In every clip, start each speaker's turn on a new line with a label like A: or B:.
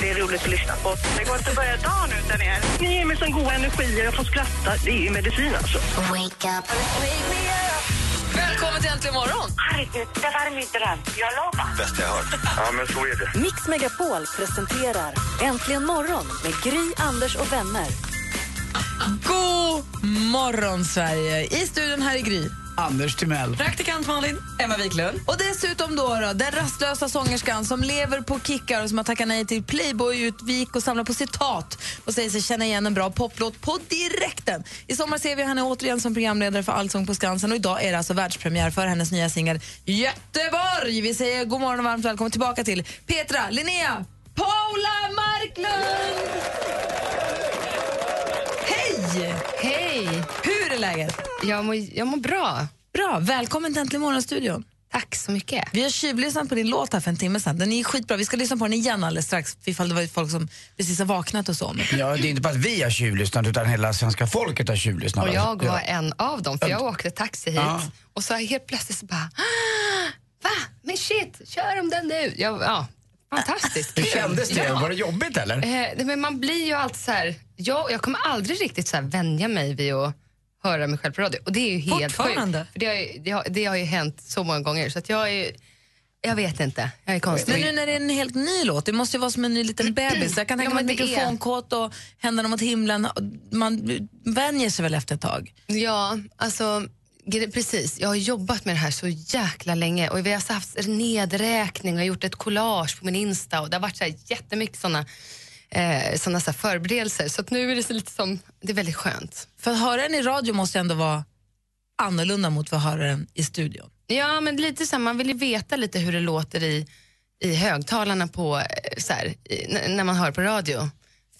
A: Det är roligt att lyssna på. Det går inte att börja dagen utan er. Ni ger mig sån god energi och jag får skratta. Det är ju medicin alltså.
B: Wake up.
C: Välkommen till Äntligen morgon!
A: Herregud, det var min dröm. Jag lovar.
D: bästa jag hört. Ja, men så är det.
B: Mix Megapol presenterar Äntligen morgon med Gry, Anders och vänner.
C: God morgon, Sverige! I studion här i Gry.
E: Anders Timell.
C: Praktikant Malin. Emma Wiklund. Och dessutom då, då den rastlösa sångerskan som lever på kickar och som har tackat nej till Playboy-utvik och samlar på citat och säger sig känna igen en bra poplåt på direkten. I sommar ser vi henne återigen som programledare för Allsång på Skansen och idag är det alltså världspremiär för hennes nya singel Göteborg. Vi säger god morgon och varmt välkommen tillbaka till Petra, Linnea, Paula Marklund! Hej!
F: Hej!
C: Hur är läget?
F: Jag mår, jag mår bra.
C: Bra, välkommen till Äntligen morgonstudion.
F: Tack så mycket.
C: Vi har tjuvlyssnat på din låt här för en timme sedan. Den är skitbra. Vi ska lyssna på den igen alldeles strax ifall det var folk som precis har vaknat och så. Men-
E: Ja, det är inte bara att vi har tjuvlyssnat utan hela svenska folket har tjuvlyssnat. Alltså,
F: Och jag
E: Ja.
F: var en av dem, för jag åkte taxi hit
E: Ja.
F: och så helt plötsligt så bara "Ah, Va? Men shit, kör om den nu. Jag, ja, fantastiskt.
E: Hur
F: kul.
E: kändes det?
F: Ja.
E: Var det jobbigt eller?
F: Eh, nej, men man blir ju alltid så här, jag, jag kommer aldrig riktigt så här vänja mig vid att höra mig själv på radio. Och det är ju helt
C: Fortfarande?
F: sjukt. För det, har ju, det, har, det har ju hänt så många gånger så att jag är jag vet inte, jag är konstig.
C: Men nu när det är en helt ny låt, det måste ju vara som en ny liten bebis. Jag kan tänka
F: Ja,
C: mig
F: men det är-
C: mikrofonkåt och Händerna mot himlen. Man vänjer sig väl efter ett tag?
F: Ja, alltså gre- precis. Jag har jobbat med det här så jäkla länge och vi har så haft nedräkning och gjort ett collage på min Insta och det har varit så här jättemycket sådana eh, såna så här förberedelser. Så att nu är det så lite som, det är väldigt skönt.
C: För att höra den i radio måste ju ändå vara annorlunda mot vad höra den i studion.
F: Ja, men lite så här, man vill ju veta lite hur det låter i, i högtalarna på, eh, så här, i, n- när man hör på radio.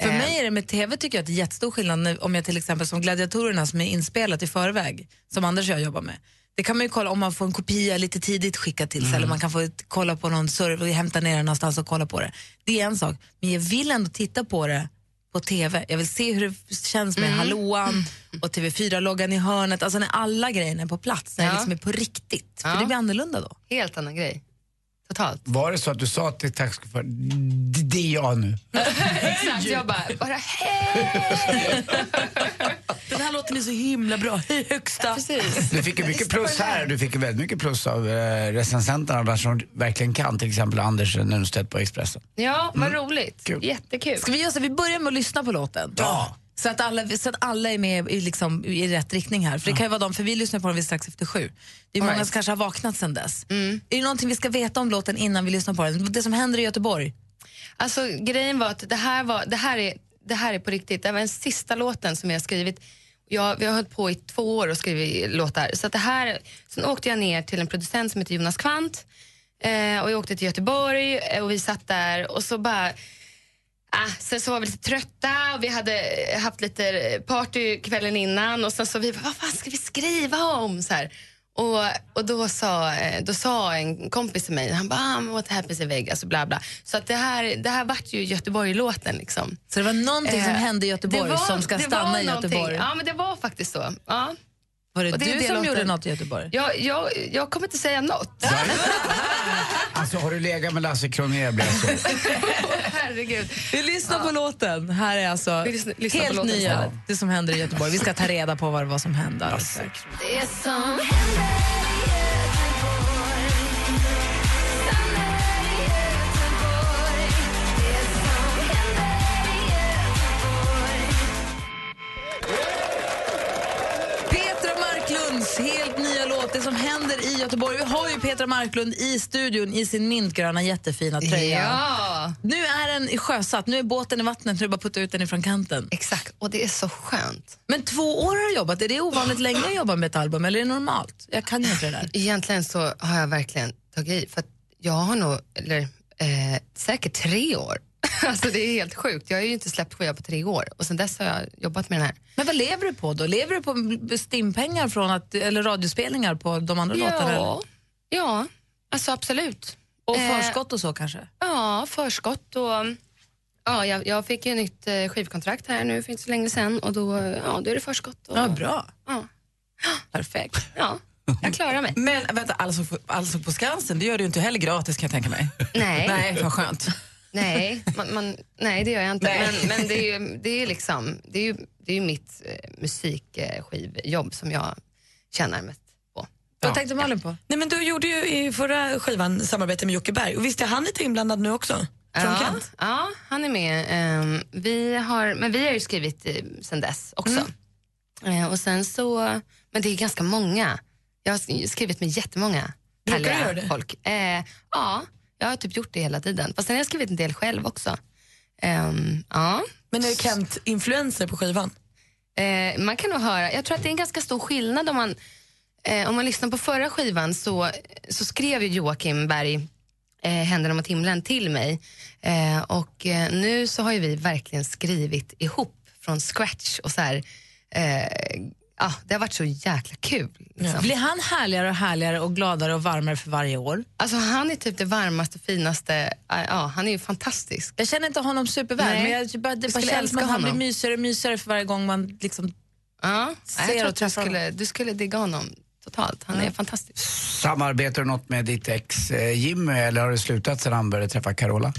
C: För
F: Eh,
C: mig är det med TV tycker jag att det är jättestor skillnad när- om jag till exempel som Gladiatorerna som är inspelat i förväg, som Anders och jag jobbar med. Det kan man ju kolla om man får en kopia lite tidigt skickad till sig eller man kan få ett, kolla på någon server och hämta ner den någonstans och kolla på det. Det är en sak, men jag vill ändå titta på det på TV. Jag vill se hur det känns med hallåan och TV4-loggan i hörnet, alltså när alla grejerna är på plats, när det
F: Ja.
C: liksom är på riktigt. För
F: Ja.
C: det blir annorlunda då.
F: Helt annan grej. Totalt.
E: Var det så att du sa till taxichauffören, "D- det är jag nu?
F: Exakt, jag bara, bara hej!
C: Den här låten är så himla bra, högsta.
F: Precis.
E: Du fick ju mycket plus här, du fick ju väldigt mycket plus av eh, recensenterna, de som verkligen kan, till exempel Anders Nunstedt på Expressen.
F: Ja, vad roligt.
E: Kul.
F: Jättekul.
C: Ska vi göra så? Vi börjar med att lyssna på låten.
E: Ja.
C: Så att alla, så att alla är med i, liksom, i rätt riktning här. För det kan ju vara de, för vi lyssnar på den vid strax efter sju. Det är många
F: Alright.
C: som kanske har vaknat sedan dess. Är det någonting vi ska veta om låten innan vi lyssnar på den? Det som händer i Göteborg.
F: Alltså grejen var att det här, var, det här, är, det här är på riktigt. Det här var den sista låten som jag har skrivit. Jag, vi har hållit på i två år och skrivit låtar. Så att det här, sen åkte jag ner till en producent som heter Jonas Kvant eh, och jag åkte till Göteborg eh, och vi satt där och så bara Ah, sen så var vi lite trötta och vi hade eh, haft lite eh, party kvällen innan och sen så vi bara, vad fan ska vi skriva om? Så här. Och, och då, sa, eh, då sa en kompis till mig, han bara, ah, men what happens in Vegas och bla bla. Så att det här, det här vart ju Göteborg-låten liksom.
C: Så det var någonting som
F: Eh,
C: hände i Göteborg
F: det var-
C: som ska
F: det
C: stanna
F: var
C: i
F: någonting.
C: Göteborg.
F: Ja, men det var faktiskt så. Ja.
C: Var det,
F: och det är
C: du
F: det
C: som
F: låten-
C: gjorde något i Göteborg?
F: Jag, jag, jag kommer inte säga något.
E: Alltså har du legat med Lasse Kronér blev jag så.
F: Herregud.
C: Vi lyssnar på låten. Här är alltså
F: Vi lyssnar- lyssnar på
C: helt
F: låten
C: nya,
F: istället.
C: det som händer i Göteborg. Vi ska ta reda på vad det var som hände. alldeles strax. Petra Marklunds helt nya låt, Det som händer i Göteborg. Vi har ju Petra Marklund i studion i sin mintgröna jättefina tröja.
F: Ja,
C: Nu är den sjösatt, nu är båten i vattnet, nu är det bara att putta ut den ifrån kanten.
F: exakt. Och det är så skönt.
C: Men två år har du jobbat, är det ovanligt länge att jobba med ett album eller är det normalt? Jag kan ju inte det där.
F: Egentligen så har jag verkligen tagit i, för att jag har nog, eller eh, säkert tre år Alltså det är helt sjukt. Jag har ju inte släppt skiva på tre år och sen dess har jag jobbat med den här.
C: Men vad lever du på då? Lever du på stimpengar från att, eller radiospelningar på de andra låtarna? eller?
F: ja alltså absolut.
C: Och
F: Eh,
C: förskott och så kanske?
F: Ja, förskott och ja, jag, jag fick ju nytt eh, skivkontrakt här nu för inte så länge sedan och då, eh, ja, då är det förskott. Och,
C: Ja, bra.
F: Ja,
C: Perfekt.
F: ja, jag klarar mig.
G: Men vänta, alltså, alltså på Skansen, det gör du ju inte heller gratis kan jag tänka mig.
F: Nej, nej,
G: Nej, vad skönt.
F: man, man, nej det gör jag inte.
G: Nej.
F: Men, men det är ju, det är ju liksom, det är ju, det är ju mitt eh, musikskivjobb som jag tjänar mest på.
C: Vad tänkte Malin på?
G: Nej, men du gjorde ju i förra skivan samarbete med Jocke Berg och visst är han lite inblandad nu också?
F: Ja, ja, han är med. Ehm, vi har, men vi har ju skrivit eh, sen dess också.
G: Mm.
F: Eh, och sen så, men det är ganska många. Jag har sk- skrivit med jättemånga
G: Brukar du göra det?
F: folk. Eh, ja, jag har typ gjort det hela tiden. Fast sen har jag skrivit en del själv också. Ehm, ja.
G: Men är Kent influencer på skivan?
F: Eh, man kan nog höra, jag tror att det är en ganska stor skillnad om man, eh, om man lyssnar på förra skivan så, så skrev ju Joakim Berg eh, Händerna mot himlen till mig. Eh, och eh, nu så har ju vi verkligen skrivit ihop från scratch och så här, eh, ja, det har varit så jäkla kul. Liksom.
C: Blir han härligare och härligare och gladare och varmare för varje år?
F: Alltså han är typ det varmaste, finaste, eh, ja han är ju fantastisk.
C: Jag känner inte honom superväl,
F: Nej.
C: men jag, typ bara, det
F: Du
C: bara
F: skulle
C: känns som
F: älska
C: att han blir
F: honom.
C: mysigare och mysigare för varje gång man liksom...
F: Ja, jag
C: Ser
F: tror
C: och
F: att du
C: träffar
F: skulle, du skulle digga honom totalt, han är fantastisk.
E: Samarbetar du något med ditt ex eh, Jimmy eller har du slutat sedan han började träffa Carola?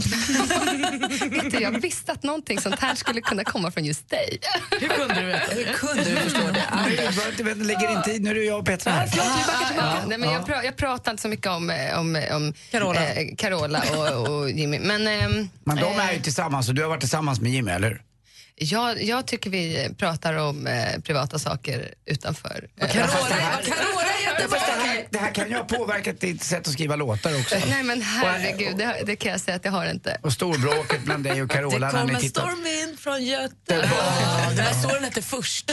F: Vet du, jag visste att någonting sånt här skulle kunna komma från just dig.
G: Hur kunde du veta? Hur kunde du förstå det?
E: Nej, du behöver inte vänta, lägger in tid. Nu är det jag och Petra här.
F: Ja, Nej, men jag, pra- jag pratar inte så mycket om, eh, om, eh, om
C: Carola.
F: eh, Carola och, och Jimmy. Men, ehm,
E: Men de
F: eh,
E: är ju tillsammans och du har varit tillsammans med Jimmy, eller hur?
F: jag, jag tycker vi pratar om eh, privata saker utanför. eh,
G: Carola, Carola är jättebra!
E: Det här kan ju ha påverkat ditt sätt att skriva låtar också.
F: Nej men herregud, det, har- det kan jag säga att jag har inte.
E: Och storbråket mellan dig och Carola
C: Det
E: när
C: kom
E: ni
C: en
E: tittar.
C: stormvind från Göteborg.
G: Ja, den här storyn hette Först.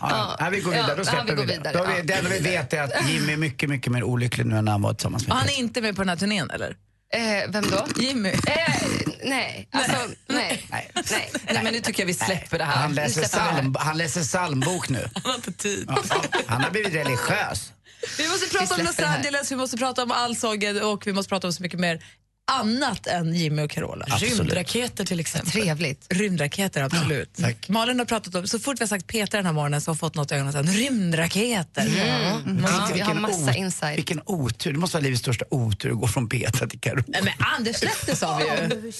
E: Ja, nej, vi går vidare, då
F: Ja,
E: släpper
F: vi går
E: vi det.
F: vidare,
E: Då har vi,
F: ja.
E: det enda vi vet är att Jimmy är mycket, mycket mer olycklig nu än när han var tillsammans med
C: Och han
E: Petra.
C: är inte med på den här turnén, eller?
F: Eh, vem då?
C: Jimmy?
F: Eh, nej, alltså nej.
E: Nej.
F: nej.
G: Nej, men nu tycker jag vi släpper det här.
E: Han läser, psalm, han läser psalmbok nu.
G: Han har inte tid.
E: Ja, han har blivit religiös.
C: Vi måste prata om
F: släpper
C: Los
F: det här.
C: Angeles, vi måste prata om allsången och vi måste prata om så mycket mer annat än Jimmy och Carola.
E: Absolut.
G: Rymdraketer till exempel.
F: Trevligt.
C: Rymdraketer, absolut. Malin har pratat om, så fort vi har sagt Peter den här morgonen så har hon fått något i ögonen. och sagt, Rymdraketer.
F: Mm.
C: Mm.
F: Ja, jag har massa
E: o-
F: insight.
E: vilken otur. Det måste vara livets största otur att gå från Petra till Carola.
C: Nej, men Anders släppte sa vi ju.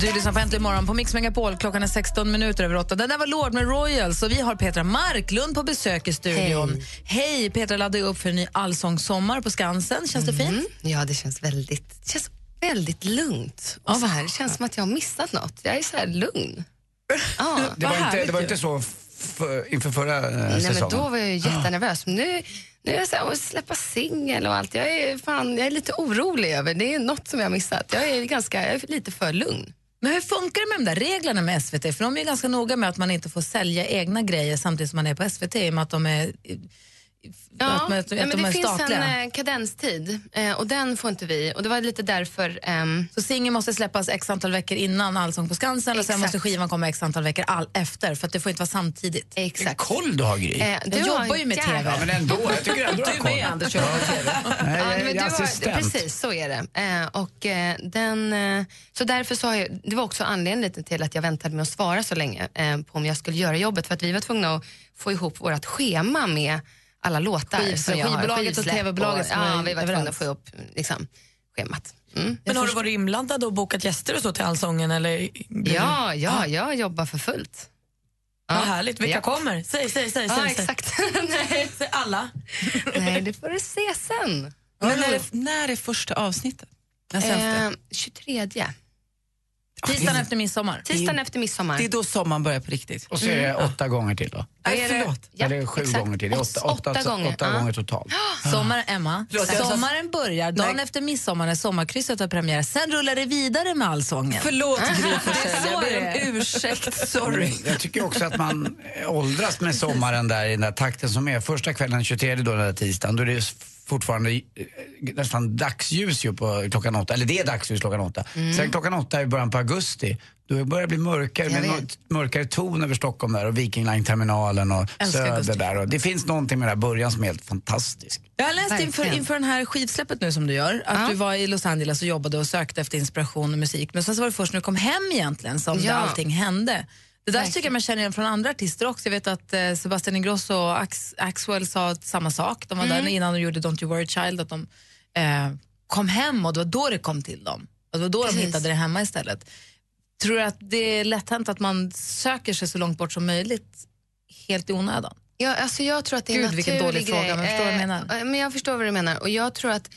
C: Du lyssnar på Äntligen morgon på Mix Megapol. Klockan är 16 minuter över 8. Den där var Lord med Royals och vi har Petra Marklund på besök i studion. Hej! Petra laddar ju upp för en ny allsångssommar på Skansen. Känns det fint?
F: Mm. Ja, det känns väldigt, det känns väldigt lugnt. Och så här, det känns som att jag har missat något. Jag är så här lugn. Ja.
E: Det
C: Vad
E: var, inte, det
C: härligt
E: var
C: ju.
E: inte så f- inför förra eh,
F: Nej, men
E: säsongen.
F: då var jag ju jättenervös. Men nu, nu är jag så här, och släppa singel och allt. Jag är, fan, jag är lite orolig över, det är något som jag har missat. Jag är, ganska, jag är lite för lugn.
C: Men hur funkar det med de där reglerna med SVT? För de är ju ganska noga med att man inte får sälja egna grejer samtidigt som man är på SVT i och med att de är, att de, att
F: nej, men
C: de är
F: det finns
C: statliga.
F: en eh, kadenstid eh, och den får inte vi. Och det var lite därför ehm,
C: Så singeln måste släppas x antal veckor innan Allsång på Skansen och sen
F: Exakt.
C: måste skivan komma x antal veckor all efter för att det får inte vara samtidigt.
E: Vilken
F: Exakt.
E: koll du har, Gry.
F: Eh, du
C: Jag
F: har
C: jobbar ju med
F: jävla-
C: TV.
E: Ja, men ändå. Jag tycker ändå du har koll.
G: Anders, jag
E: Nej,
G: Eh,
F: Ja,
E: jag
F: men
E: är
F: du har,
E: assistent.
F: precis, så är det. Eh, och, eh, den, eh, så därför så har jag, det var också anledningen lite till att jag väntade med att svara så länge eh, på om jag skulle göra jobbet för att vi var tvungna att få ihop vårt schema med alla låtar.
C: Skiv-
F: som jag har,
C: skivbolaget och
F: skivsläpp
C: TV-bolaget som är
F: Ja, vi var tvungna
C: överens.
F: att få ihop liksom, schemat. Mm.
G: Men har du varit inblandad och bokat gäster och så till Allsången? Eller?
F: Ja, ja, jag jobbar för fullt.
G: Vad härligt. Vilka kommer? Säg, säg, säg.
F: Ja,
G: säg, säg.
F: exakt. Nej,
G: säg alla.
F: Nej, det får du se sen.
G: Men när, är, när är första avsnittet? När sänds det?
F: Eh, 23.
C: Tisdagen efter midsommar. Mm.
F: Tisdagen efter midsommar.
G: Det är då sommaren börjar på riktigt.
E: Och så är det åtta gånger till då.
F: Då
G: Nej,
F: är det-
G: förlåt.
F: Ja,
E: Eller sju
F: exakt.
E: gånger till. Det är åtta, åtta, alltså åtta gånger,
F: ja.
E: totalt.
C: Sommar, Emma.
G: Förlåt, jag sa-
C: Sommaren börjar, dagen
G: Nej.
C: efter midsommar när Sommarkrysset har premiär. Sen rullar det vidare med Allsången.
G: Förlåt Gry Forssell, jag
C: det
G: ber
C: är.
G: om ursäkt. Sorry.
E: Jag tycker också att man eh, åldras med sommaren där i den där takten som är. Första kvällen 23 då den där tisdagen, då är det s- fortfarande eh, nästan dagsljus ju på klockan åtta, eller det är dagsljus klockan åtta. Sen klockan åtta i början på augusti, då börjar det bli mörkare,
C: Jag
E: med
C: vet.
E: något mörkare ton över Stockholm där och Viking Line-terminalen och
C: Älskar augusti.
E: Söder där. Och det finns någonting med den här början som är helt fantastisk.
C: Jag har läst inför,
F: Verkligen.
C: inför den här skivsläppet nu som du gör, att du var i Los Angeles och jobbade och sökte efter inspiration och musik. Men sen så var det först när du kom hem egentligen som
F: Ja.
C: det, allting hände. Det där tycker jag
F: Verkligen.
C: man känner igen från andra artister också. Jag vet att eh, Sebastian Ingrosso och Ax- Axwell sa att samma sak. De var
F: Mm.
C: där innan de gjorde Don't You Worry Child, att de eh, kom hem och det var då det kom till dem. Och det var då de
F: Precis.
C: hittade det hemma istället. Tror du att det är lätt hänt att man söker sig så långt bort som möjligt helt i onödan?
F: Ja, alltså jag tror att det är en
C: Gud, vilken
F: naturlig
C: dålig
F: grej.
C: fråga, men jag
F: Eh,
C: förstår vad du menar.
F: eh, Men jag förstår vad du menar. Och jag tror att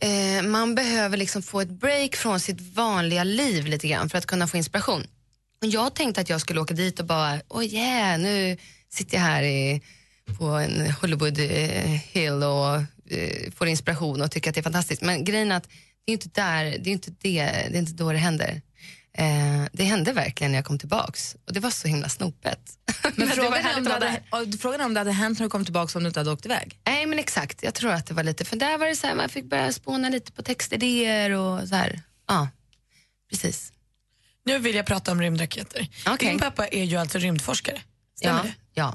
F: eh, man behöver liksom få ett break från sitt vanliga liv lite grann för att kunna få inspiration. Och jag tänkte att jag skulle åka dit och bara, oh yeah, nu sitter jag här i, på en Hollywood eh, hill och eh, får inspiration och tycker att det är fantastiskt. Men grejen är att det är inte där, det är inte, det, det är inte då det händer. Eh, det hände verkligen när jag kom tillbaks och det var så himla snopet.
C: Men,
F: det
C: frågan,
F: var
C: är
F: härligt
C: om
F: att
C: det
F: vara
C: hade, och frågan är om det hade hänt när du kom tillbaka om du inte hade åkt iväg.
F: Nej men exakt, jag tror att det var lite, för där var det så här, man fick börja spåna lite på textidéer och så här. Ja, precis.
G: Nu vill jag prata om rymdraketer.
F: Okej.
G: Din pappa är ju alltså rymdforskare. Stämmer
F: Ja,
G: det?
F: ja.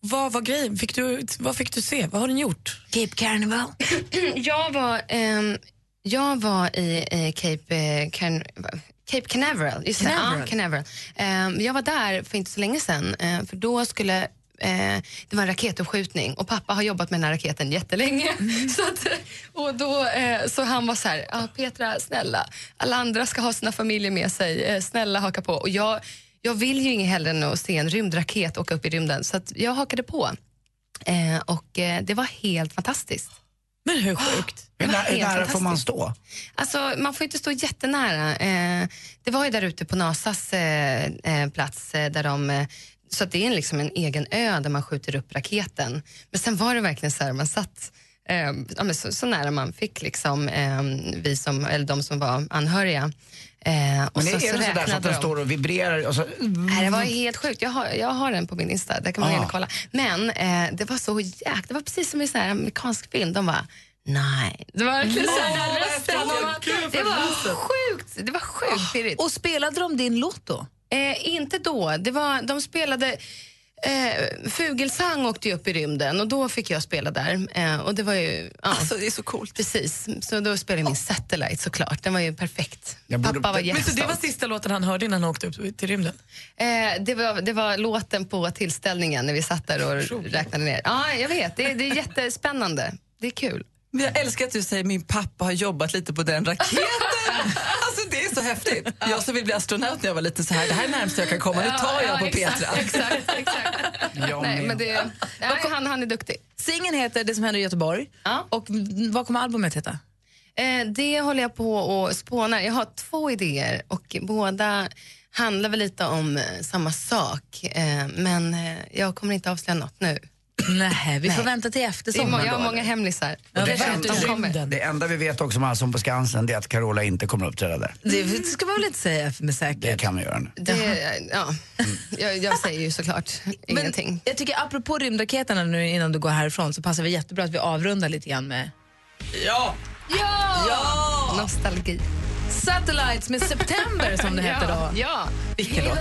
G: Vad var grejen? Fick du, vad fick du se? Vad har den gjort?
C: Cape Carnival.
F: Jag var, ehm, jag var i eh, Cape, eh, Can- Cape Canaveral. Just Det,
C: Canaveral.
F: ja, Canaveral. Ehm, jag var där för inte så länge sedan, eh, för då skulle eh, det var en raketuppskjutning och pappa har jobbat med den här raketen jättelänge. Så, att, och då, eh, så han var så här, ah, Petra snälla, alla andra ska ha sina familjer med sig, eh, snälla haka på. Och jag, jag vill ju inget hellre än att se en rymdraket åka upp i rymden, så att jag hakade på. Eh, och eh, det var helt fantastiskt.
G: Men hur sjukt?
F: Det
E: Hur
F: var
E: nä- hur
F: helt
E: nära får man
F: fantastiskt.
E: stå?
F: Alltså, man får inte stå jättenära. Eh, det var ju där ute på NASAs eh, eh, plats eh, där de... Eh, så att det är liksom en egen ö där man skjuter upp raketen. Men sen var det verkligen så här, man satt eh, ja, men så, så nära man fick liksom eh, vi som, eller de som var anhöriga. Eh, och
E: Men
F: så,
E: är, är
F: så
E: det sådär så att
F: räknade
E: den
F: de.
E: står och vibrerar? Och så, Mm.
F: Nej, det var ju helt sjukt. Jag har, jag har den på min Insta, där kan man
E: Ah.
F: gärna kolla. Men eh, det var så jäk... Det var precis som i en amerikansk film. De bara, nej. Det var verkligen så här, den rösten. de bara, Det var sjukt. Det var
E: Ah.
F: sjukt pirrigt.
C: Och spelade de din låt då?
F: Eh, inte då. Det var, de spelade... Eh, Fugelsang åkte ju upp i rymden och då fick jag spela där. Eh, och det var ju... Ja,
G: Alltså, det är så coolt.
F: precis. Så då spelade jag min Satellite såklart. Den var ju perfekt.
E: Jag borde-
F: Pappa var
E: Men så
G: Men så det var
F: jättestolt.
G: sista låten han hörde innan han åkte upp till rymden?
F: Eh, det, var, det var låten på tillställningen när vi satt där och räknade ner. Ja, jag vet. Det, det är jättespännande. Det är kul.
H: Men jag älskar att du säger min pappa har jobbat lite på den raketen. Alltså det är så häftigt. Jag som vill bli astronaut när jag var liten så här, det här är närmast jag kan komma, nu tar jag på
F: exakt,
H: Petra.
F: Exakt, exakt.
E: Jag
F: Nej,
E: med.
F: men det, nej, han, han är duktig.
C: Singeln heter Det som händer i Göteborg.
F: Ja.
C: Och mm, vad kommer albumet heta?
F: Eh, det håller jag på och spånar. Jag har två idéer och båda handlar väl lite om eh, samma sak. Eh, men eh, jag kommer inte avslöja något nu.
C: Nej, vi får
F: Nej.
C: vänta till efter
F: Det är må-
C: sommaren.
F: jag har många hemlisar.
C: Ja,
E: det,
C: det
E: enda,
F: de kommer.
E: det, det enda vi vet också om Allsång på Skansen det är att Carola inte kommer uppträda där.
C: Det ska man väl inte säga med
E: Det
C: säkerhet.
E: kan vi göra nu.
F: Det, eh, ja.
E: Mm.
F: jag, jag säger ju såklart ingenting.
C: jag tycker apropå rymdraketerna nu innan du går härifrån så passar det jättebra att vi avrundar lite grann med
F: Nostalgi.
C: Satellites med September som det heter då.
F: Ja.
C: Vilken låt.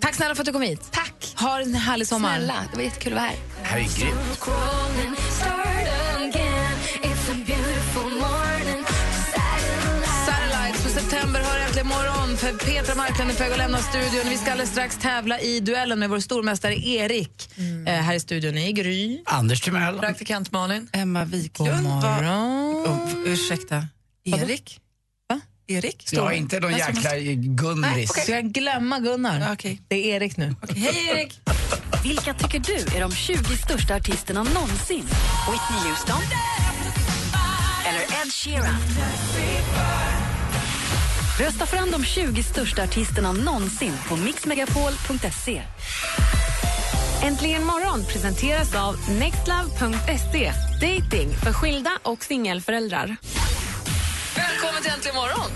C: Tack snälla för att du kom hit.
F: Tack.
C: Ha en härlig sommar.
F: Snälla, det var jättekul att vara här.
E: Det här är grymt.
C: Satellites för september hör äntligen morgon för Petra Marklund är på väg att lämna studion. Vi ska alldeles strax tävla i duellen med vår stormästare Erik
F: Mm.
C: eh, här i studion i Gry.
E: Anders Timell.
G: Praktikant Malin?
H: Emma
C: God
H: Wiklund, var,
C: morgon.
H: oh, ursäkta, Erik?
C: Va?
H: Erik?
E: Jag är inte någon
H: Jag som
E: jäkla Gunris.
C: Ska jag glömma Gunnar?
H: Ja, okej.
C: Det är Erik nu.
H: Hej Erik!
B: Vilka tycker du är de 20 största artisterna någonsin? Whitney Houston? Eller Ed Sheeran? Rösta fram de 20 största artisterna någonsin på mixmegapol.se.
A: Äntligen morgon presenteras av nextlove.se. Dating för skilda och singelföräldrar.
C: Välkommen till Äntligen morgon.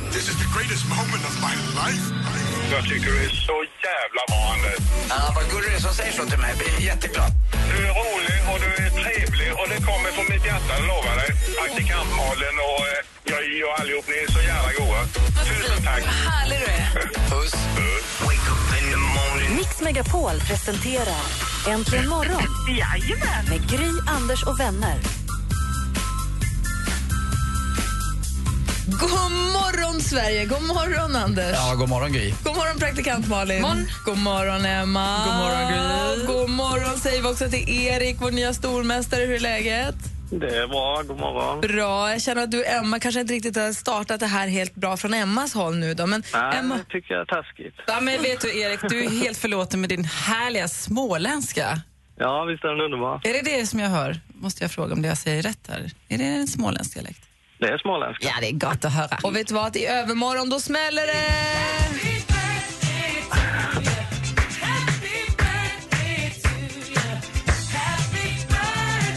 D: Jag tycker du är så jävla bra, Anders.
E: Ja, vad gullig du är som säger så till mig. Jag blir jätteglad.
D: Du är rolig och du är trevlig och det kommer från mitt hjärta, jag lovar dig. Praktikant Malin och eh, jag och allihop, ni är så jävla goa. Tusen tack.
C: Härlig du är.
D: Puss. Wake up in the morning.
I: Mix Megapol presenterar Äntligen morgon
A: Jajamän.
I: med Gry, Anders och vänner.
C: God morgon, Sverige! God morgon, Anders!
E: Ja, god morgon Gry.
C: God morgon, praktikant Malin. God morgon, Emma.
H: God morgon, Gry.
C: God morgon säger vi också till Erik, vår nya stormästare. Hur är läget?
J: Det är bra, god morgon.
C: Bra. Jag känner att du, Emma, kanske inte riktigt har startat det här helt bra från Emmas håll nu. Då, men
J: Nej,
C: Emma...
J: det tycker jag är taskigt.
H: Ja, men vet du Erik, du är helt förlåten med din härliga småländska.
J: Ja, visst är den underbar.
H: Är det det som jag hör? Måste jag fråga om det jag säger rätt här? Är det en småländsk dialekt?
J: Det är småländska.
H: Ja, det är gott att höra.
C: Och vet du vad? I övermorgon, då smäller det!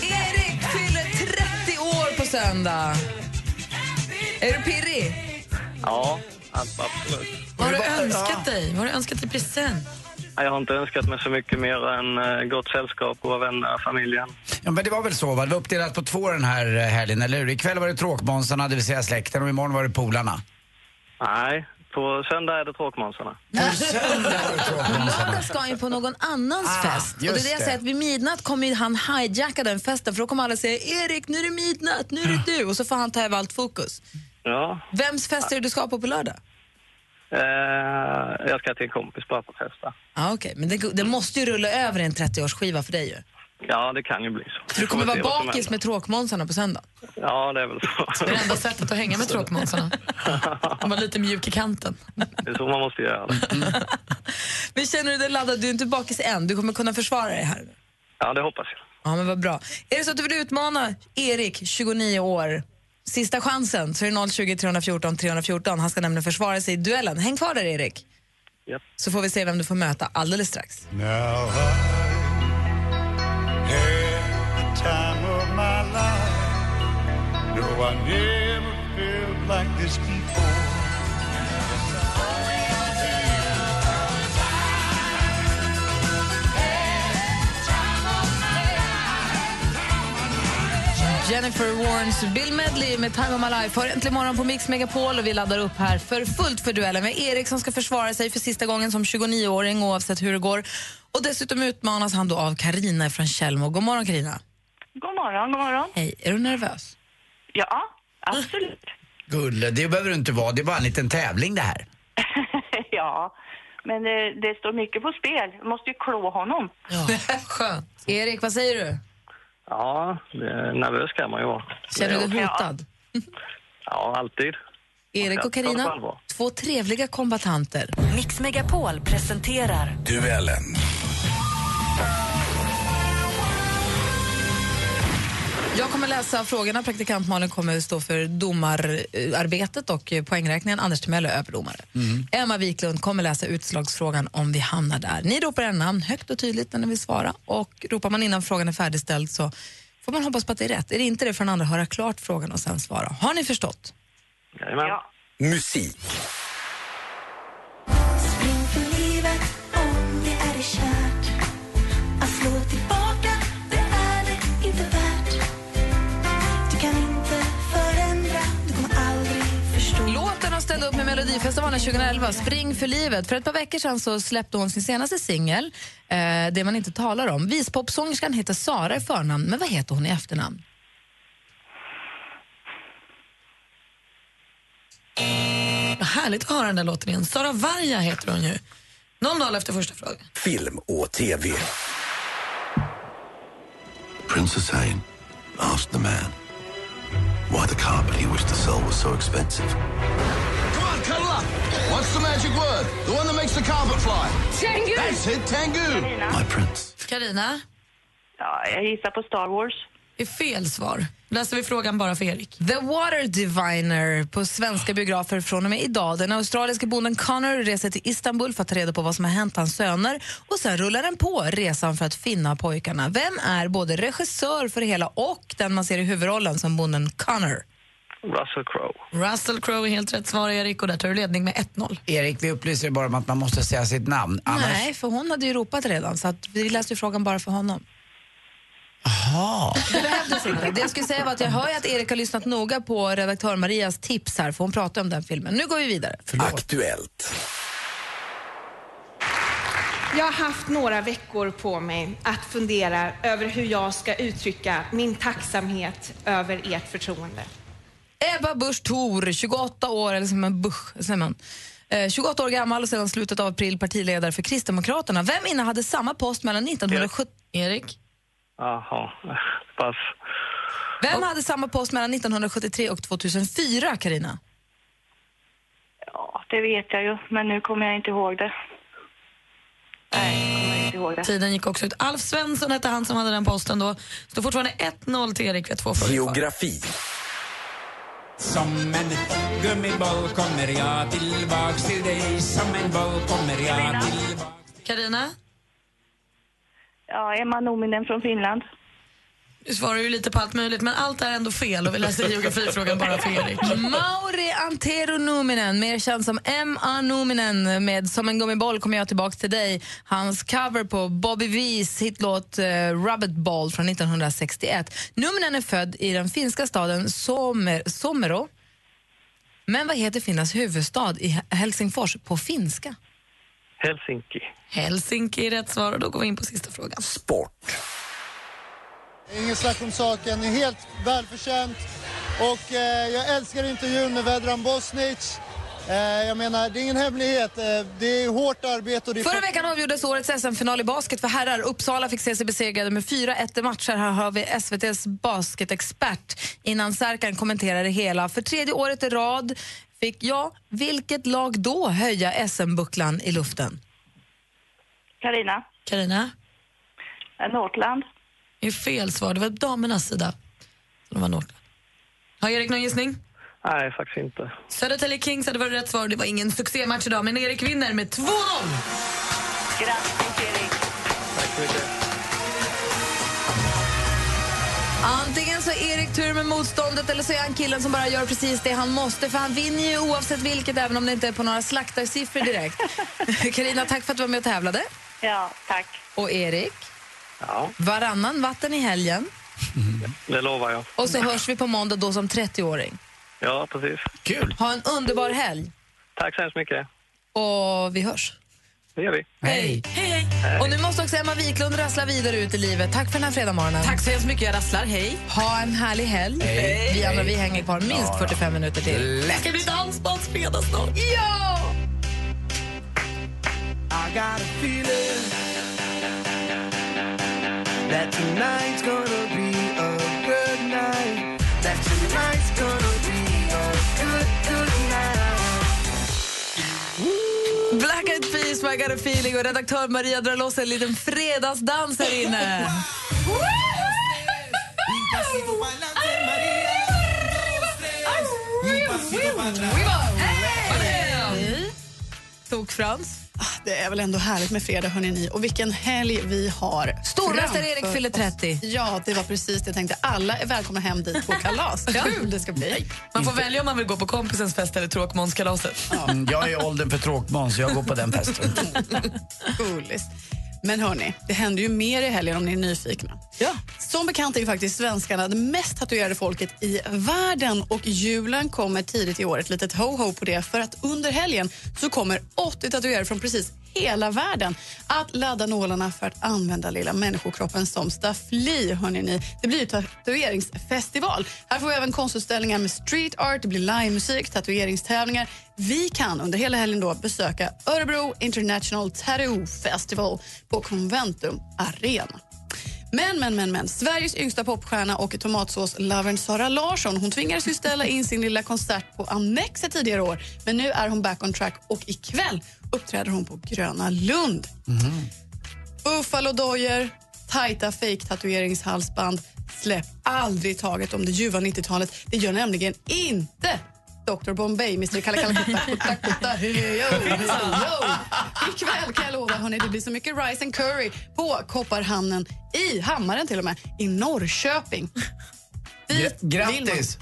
C: Erik fyller 30 år på söndag. Är du pirrig?
J: Ja, absolut.
G: Vad har du önskat dig? Vad har du önskat dig i present?
J: Ja, Jag har inte önskat mig så mycket mer än eh, gott sällskap och vänner, familjen.
E: Ja, men det var väl så va? Det var uppdelat på två den här eh, helgen, eller hur? Ikväll var det tråkmånsarna, det vill säga släkten, och imorgon var det polarna.
J: Nej, på söndag är det tråkmånsarna.
C: Lördag ska han ju på någon annans
G: Ah,
C: fest. Och det är
J: just
C: det jag
J: det.
C: säger, att vid midnatt kommer ju han hijacka den festen för då kommer alla säga Erik, nu är det midnatt, nu är det du. Och så får han ta över allt fokus.
J: Ja,
C: Vems fest är det du ska på på lördag?
J: eh, jag ska till en kompis bara på festa.
C: Ja, okej. Men det, det måste ju rulla över i en 30-årsskiva för dig ju.
J: Ja, det kan ju bli så.
C: Du kommer
J: Får
C: vara
J: se vad som
C: bakis
J: händer.
C: med tråkmånsarna på söndag.
J: Ja, det är väl så.
G: Det är enda sättet att hänga med tråkmånsarna. De var lite mjuk i kanten.
J: Det är så man måste göra.
C: Men känner du dig laddad? Du är inte bakis än. Du kommer kunna försvara dig här.
J: Ja, det hoppas jag.
C: Ja, men vad bra. Är det så att du vill utmana Erik, 29 år, sista chansen så är det 020 314 314. Han ska nämligen försvara sig i duellen. Häng kvar där, Erik. Så får vi se vem du får möta alldeles strax. Jennifer Warnes Bill Medley med Time of My Life har äntligen morgon på Mix Megapol och vi laddar upp här för fullt för duellen. Vi har Erik som ska försvara sig för sista gången som 29-åring oavsett hur det går. Och dessutom utmanas han då av Karina från Tjällmo. God morgon Karina.
A: God morgon, god morgon.
C: Hej, är du nervös?
A: Ja, absolut.
E: Gulle, det behöver du inte vara. Det är bara en liten tävling det här.
A: ja, men det, det står mycket på spel. Jag måste ju klå honom.
C: Skönt. Erik, vad säger du?
J: Ja, det är- nervös kan man ju vara.
C: Känner du dig
J: Ja.
C: hotad?
J: Ja, alltid.
C: Erik och
J: Jag tar det på
C: Karina,
J: allvar.
C: två trevliga kombatanter.
I: Mix Megapol presenterar
K: Duellen.
C: Jag kommer läsa frågorna. Praktikant Malin kommer stå för domararbetet och eh, poängräkningen. Anders Timell är överdomare. Emma Wiklund kommer läsa utslagsfrågan om vi hamnar där. Ni ropar era namn högt och tydligt när ni vill svara och ropar man innan frågan är färdigställd så får man hoppas på att det är rätt. Är det inte det får den andra höra klart frågan och sen svara. Har ni förstått?
J: Ja.
K: Musik.
L: Spring för livet om det är det kärt Att slå tillbaka, det är det inte värt Du kan inte förändra, du kommer aldrig förstå
C: Låten hon ställde upp med Melodifestivalen 2011, Spring för livet. För ett par veckor sedan så släppte hon sin senaste singel, eh, Det man inte talar om. Vispopsångerskan heter Sara i förnamn, men vad heter hon i efternamn?
G: Vad härligt att höra den där låten igen. Sara Varga heter hon ju. Någon dag efter första frågan.
M: Film och TV. Prince Hussein asked the man why the carpet he wished to sell was so expensive.
N: Come on, cuddle up. What's the magic word? The one that makes the carpet fly.
G: Tengu.
N: That's it, Tengu.
M: My prince.
G: Karina?
A: Ja, jag gissar på Star Wars.
G: Det är fel svar. Läser vi frågan bara för Erik.
C: The Water Diviner på svenska biografer från och med idag. Den australiska bonden Connor reser till Istanbul för att ta reda på vad som har hänt hans söner och sen rullar den på resan för att finna pojkarna. Vem är både regissör för det hela och den man ser i huvudrollen som bonden Connor?
J: Russell Crowe.
G: Russell Crowe är helt rätt svar, Erik, och där tar du ledning med 1-0.
E: Erik, vi upplyser bara om att man måste säga sitt namn. Annars...
C: Nej, för hon hade ju ropat redan så att vi läste ju frågan bara för honom.
E: Jaha.
C: Det behövdes inte. Det jag skulle säga var att jag hör ju att Erik har lyssnat noga på redaktör Marias tips här, för hon pratar om den filmen. Nu går vi vidare.
O: Aktuellt.
P: Jag har haft några veckor på mig att fundera över hur jag ska uttrycka min tacksamhet över ert förtroende.
C: Ebba Busch Thor, 28 år, eller som en Busch, säger man. Eh, 28 år gammal och sedan slutet av april partiledare för Kristdemokraterna. Vem innehade samma post mellan 1970... Erik?
J: Jaha, pass.
C: Vem hade samma post mellan 1973 och 2004, Karina?
Q: Ja, det vet jag ju, men nu kommer jag inte ihåg det.
G: Tiden gick också ut. Alf Svensson hette han som hade den posten då. Står fortfarande 1-0 till Erik. Vi har två frågor kvar.
O: Geografi.
R: Som en gummiboll kommer jag tillbaks till dig Som en boll kommer jag tillbaks
G: Karina,
Q: Ja, Emma Nominen från Finland.
G: du svarar ju lite på allt möjligt, men allt är ändå fel och vi läser geografifrågan bara för Erik.
C: Mauri Antero Numinen, mer känd som M.A. Numinen med Som en gummiboll kommer jag tillbaka till dig. Hans cover på Bobby V's hitlåt eh, Rubber Ball från 1961. Numinen är född i den finska staden Somer, Somero. Men vad heter Finlands huvudstad i He- Helsingfors på finska?
J: Helsinki.
G: Helsinki är rätt svar och då går vi in på sista frågan.
O: Sport.
S: Inget snack om saken, helt välförtjänt. Och eh, jag älskar intervjun med Vedran Bosnic. Eh, jag menar, det är ingen hemlighet. Eh, det är hårt arbete och det är...
C: Förra veckan avgjordes årets SM-final i basket för herrar. Uppsala fick se sig besegrade med 4-1 i matcher. Här har vi SVTs basketexpert innan Serkan kommenterar det hela. För tredje året i rad fick, ja, vilket lag då höja SM-bucklan i luften?
Q: Karina.
G: Karina,
Q: Northland.
G: det är fel svar. Det var damernas sida. Så de var Norrland. Har Erik någon gissning?
J: Nej, faktiskt inte.
G: Södertälje Kings hade varit rätt svar. Det var ingen succématch idag, men Erik vinner med 2-0.
J: Tack så mycket.
C: Antingen så är Erik tur med motståndet eller så är han killen som bara gör precis det han måste. För han vinner ju oavsett vilket, även om det inte är på några slaktarsiffror direkt. Karina, tack för att du var med och tävlade.
Q: Ja, tack.
C: Och Erik,
J: Ja,
C: varannan vatten i helgen.
J: det lovar jag.
C: Och så hörs vi på måndag då som 30-åring.
J: Ja, precis. Kul.
C: Ha en underbar helg
J: Tack så hemskt mycket.
C: och vi hörs.
J: Det gör vi.
C: Hej! Hej, hej! Och nu måste också Emma Wiklund rassla vidare ut i livet. Tack för den här fredagmorgonen.
H: Tack så hemskt mycket. Jag rasslar. Hej.
C: Ha en härlig helg.
H: Hej.
C: Vi andra vi hänger kvar minst
H: Ja,
C: 45 minuter till.
G: Det ska bli dansbandsfredag snart.
C: Ja!
T: I got a feeling that tonight's gonna be a good night. That tonight's gonna be a good, good night.
C: Black Eyed Peas, My Got A Feeling och redaktör Maria drar loss en liten fredagsdans här inne. Tok-Frans.
U: Ah, Det är väl ändå härligt med fredag, hörni ni. Och vilken helg vi har
C: Stormästare
U: framför
C: Erik fyller
U: oss.
C: 30.
U: Ja, det var precis det jag tänkte. Alla är välkomna hem dit på kalas. Vad kul det ska bli.
G: Man får välja om man vill gå på kompisens fest eller tråkmånskalaset.
E: Mm, Jag är åldern för tråkmåns, så jag går på den festen.
U: Coolis. Men hörni, det händer ju mer i helgen om ni är nyfikna. Ja. Som bekant är ju faktiskt svenskarna det mest tatuerade folket i världen och julen kommer tidigt i år. Ett litet ho-ho på det för att under helgen så kommer 80 tatuerare från precis hela världen att ladda nålarna för att använda lilla människokroppen som staffli. Hörrni, ni. Det blir ju tatueringsfestival. Här får vi även konstutställningar med street art, det blir livemusik, tatueringstävlingar. Vi kan under hela helgen då besöka Örebro International Tattoo Festival på Conventum Arena. Men, men, men, men. Sveriges yngsta popstjärna och tomatsås-lovern Sara Larsson hon tvingades ju ställa in sin lilla konsert på Annexet tidigare år. Men nu är hon back on track och ikväll uppträder hon på Gröna Lund. Buffalo-dojor, tajta fejktatueringshalsband. Släpp aldrig taget om det ljuva 90-talet. Det gör nämligen inte Dr Bombay, Mr Kalle Kalle Kutta Kutta Kutta hey, yo, yo. Ikväll kan jag lova, hörni, det blir så mycket rice and curry på Kopparhamnen, i Hammaren till och med, i Norrköping.
E: Gra- Grattis!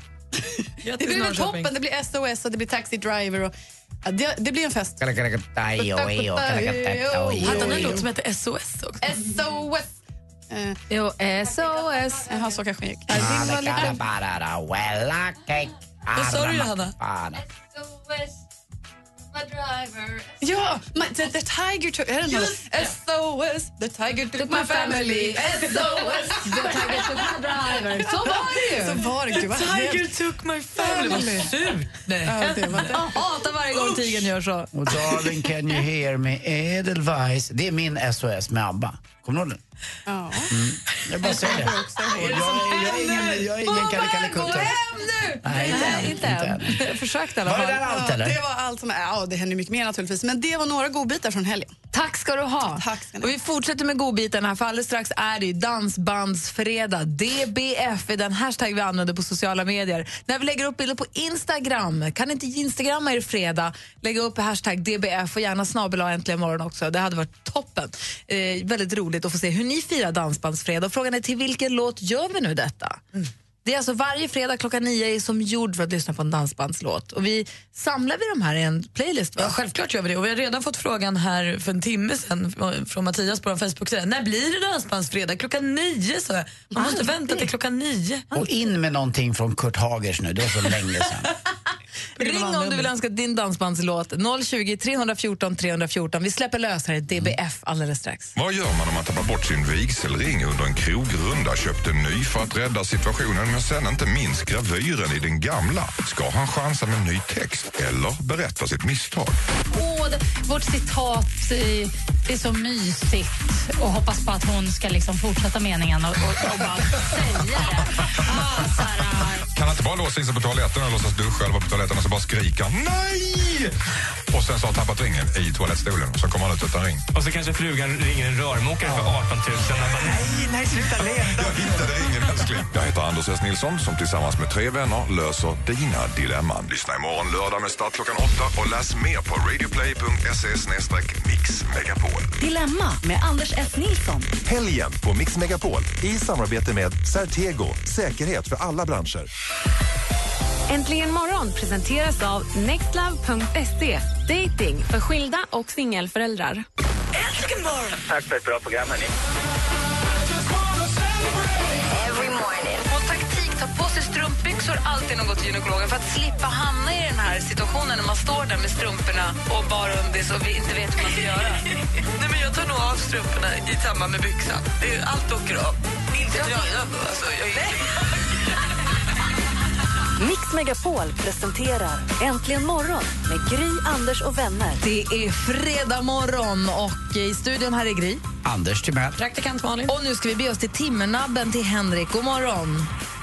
U: det blir väl
E: Norrköping.
U: toppen, det blir SOS och det blir Taxi Driver och ja, det, det blir en fest.
E: Kalakalakutai, oi, oi, kalakalakutai, oi, oi.
U: heter SOS också? SOS!
C: Jo, SOS.
U: Jaha, så kanske hon gick.
C: Vad sa du, Johanna?
U: Ja, my, the, the tiger took... Är det någon? SOS, the tiger took my family. SOS, the tiger took my driver. Så var det ju. Så var det. Gud, vad
G: Tiger
U: hemskt.
G: took my family.
U: Vad
G: surt. Nej.
U: Ja, det var det.
C: Jag hatar varje gång tigern gör så.
E: Och darling can you hear me Edelweiss. Det är min SOS med ABBA. Kommer du ihåg den?
U: Ja.
E: Mm. Jag bara säger det. Och jag, är- jag är ingen, jag är ingen kallikallikutta.
U: nu!
E: Nej, inte än, inte än.
C: Jag försökte i alla
U: Var
C: fall.
U: det där allt eller? Det var allt som... Ja, det hände mycket mer naturligtvis. Men det var några godbitar från helgen.
C: Tack ska du ha. Och vi fortsätter med godbitarna här, för alldeles strax är det ju Dansbandsfredag. DBF är den hashtag vi använder på sociala medier. När vi lägger upp bilder på Instagram, kan inte instagramma er fredag? Lägga upp hashtag DBF och gärna snabel äntligen morgon också. Det hade varit toppen. Eh, väldigt roligt att få se hur ni firar Dansbandsfredag. Och Frågan är till vilken låt gör vi nu detta? Det är alltså varje fredag klockan nio är som gjord för att lyssna på en dansbandslåt. Och vi samlar vi de här i en playlist va?
G: Ja, självklart gör vi det. Och vi har redan fått frågan här för en timme sedan från Mattias på vår Facebook-sida. När blir det dansbandsfredag? Klockan nio, så jag. Man
C: Ah,
G: måste vänta till klockan nio.
E: Och in med någonting från Kurt Hagers nu. Det var så länge sedan.
C: Ring om du vill önska din dansbandslåt. 020 314 314. Vi släpper lös här i DBF alldeles strax.
V: Vad gör man om man tappar bort sin vigselring under en krogrunda, köpt en ny för att rädda situationen men sen inte minns gravyren i den gamla? Ska han chansa med ny text eller berätta sitt misstag?
W: Åh, det- vårt citat eh, det är så mysigt och hoppas på att hon ska liksom fortsätta meningen och, och, och bara säga det. Ah,
V: Kan han inte bara låsa in sig på toaletten och låtsas duscha eller vara på toaletten och så bara skrika NEJ! Och sen så har han tappat ringen i toalettstolen och så kommer han ut utan ring.
O: Och så kanske frugan ringer en rörmokare för 18 000. Man bara, nej, nej, sluta leta.
V: Jag hittade ingen älskling. Jag heter Anders S. Nilsson som tillsammans med tre vänner löser dina dilemman. Lyssna imorgon lördag med start klockan åtta och läs mer på radioplay.se mix megapol.
I: Dilemma med Anders S. Nilsson.
X: Helgen på Mix Megapol i samarbete med Certego. Säkerhet för alla branscher.
Y: Äntligen morgon presenteras av nextlove.se. Dating för skilda och singelföräldrar.
A: Äntligen morgon!
J: Tack för ett bra program, hörni.
C: Och taktik, ta på sig strumpbyxor alltid när man går till gynekologen för att slippa hamna i den här situationen när man står där med strumporna och bara undis och vi inte vet hur man ska göra.
H: Nej, men jag tar nog av strumporna i samband med byxan. Det är, allt åker av. Inte jag. jag, alltså, jag
I: Mix Megapol presenterar Äntligen morgon med Gry, Anders och vänner.
C: Det är fredag morgon och i studion här är Gry.
E: Anders Timell.
C: Praktikant Malin. Och nu ska vi be oss till timmernabben till Henrik. God morgon.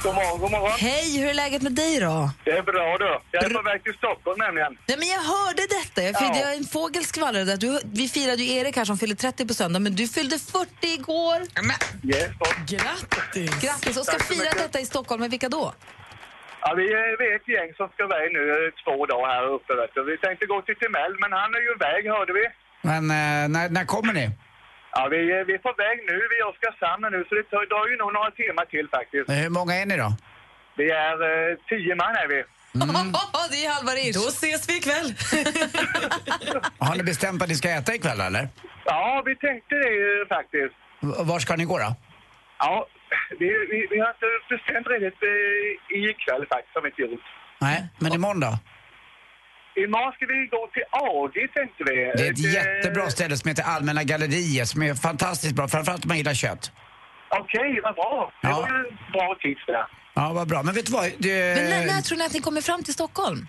A: God morgon, god morgon.
C: Hej, hur är läget med dig då?
A: Det är bra då. Jag är på väg till Stockholm nämligen.
C: Nej, men jag hörde detta. Jag fyllde, jag, en fågel skvallrade. att Du, vi firade ju Erik här som fyllde 30 på söndag, men du fyllde 40 igår.
A: Yes, och-
C: Grattis! Grattis! Och ska
A: Tack så
C: fira
A: mycket.
C: detta i Stockholm med vilka då?
A: Ja, vi, eh, vi är ett gäng som ska iväg nu eh, två dagar här uppe. Vet du. Vi tänkte gå till Timell, men han är ju iväg hörde vi.
E: Men eh, när, när kommer ni?
A: Ja, vi, eh, vi är på väg nu. Vi är i Oskarshamn nu, så det tar drar ju nog några timmar till faktiskt.
E: Eh, Hur många är ni då?
A: Vi är eh, tio man är vi.
E: Mm.
C: det är halva Rish. Då
G: ses vi ikväll.
E: Har ni bestämt att ni ska äta ikväll eller?
A: Ja, vi tänkte det eh, faktiskt.
E: V- Var ska ni gå då?
A: Ja, vi, vi, vi har inte bestämt riktigt eh, ikväll faktiskt, har vi inte gjort.
E: Nej, men imorgon då?
A: Imorgon ska vi gå till AG tänkte vi.
E: Det är ett jättebra ställe som heter Allmänna Gallerier som är fantastiskt bra, framförallt om man gillar kött.
A: Okej, vad bra. Det var ju en bra tips där.
E: Ja, vad bra. Men vet du vad? Det...
C: Men när, när tror ni att ni kommer fram till Stockholm?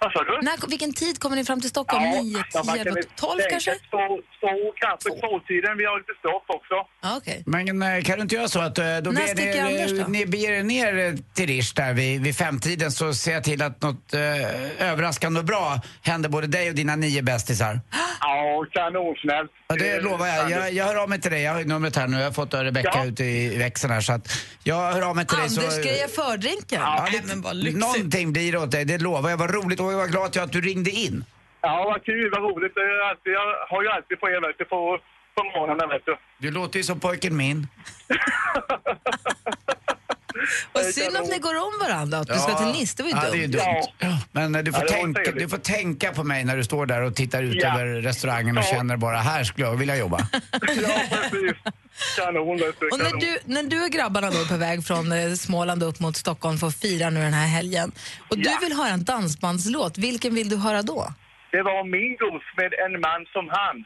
A: Vad sa du?
C: När, vilken tid kommer ni fram till Stockholm? Nio, 9,
A: ja, man
C: 10,
A: kan
C: 11,
A: väl
C: 12
A: tänka
C: kanske?
A: Två, två kanske tvåtiden. Vi har lite stopp också.
C: Ja, okej.
E: Men eh, kan du inte göra så att eh, då
C: När
E: ber
C: sticker
E: ni,
C: Anders då?
E: ni ber er ner eh, till Rish där vid, vid femtiden så ser jag till att något eh, överraskande och bra händer både dig och dina nio bästisar.
A: Ja, kanonsnällt.
E: Ja, det lovar jag. jag. Jag hör av mig till dig. Jag har ju numret här nu. Jag har fått Rebecka ut i växeln här så att jag hör av mig till dig.
C: Anders
E: Så,
C: ska jag fördrinken?
E: det- Någonting blir det åt dig, det lovar jag. Vad roligt och jag var glad att jag- att du ringde in.
A: Ja, vad kul, vad roligt. Det är alltid- Jag har ju alltid på er vet du, på, på morgonen, vet du.
E: Du låter ju som pojken min.
C: Och synd att ni går om varandra, att du ska till Nice. Det var ju
E: ja, det är
C: dumt.
E: dumt. Men eh, du får,
C: Ja, det var
E: tänka,
C: trevligt.
E: du får tänka på mig när du står där och tittar ut
C: Ja.
E: över restaurangen och
C: Ja.
E: känner bara här skulle jag vilja jobba.
K: Kanon, vet du.
C: Och när du, när du och grabbarna då är på väg från eh, Småland upp mot Stockholm för att fira nu den här helgen och du vill höra en dansbandslåt, vilken vill du höra då?
K: Det var Mingos med en man som han.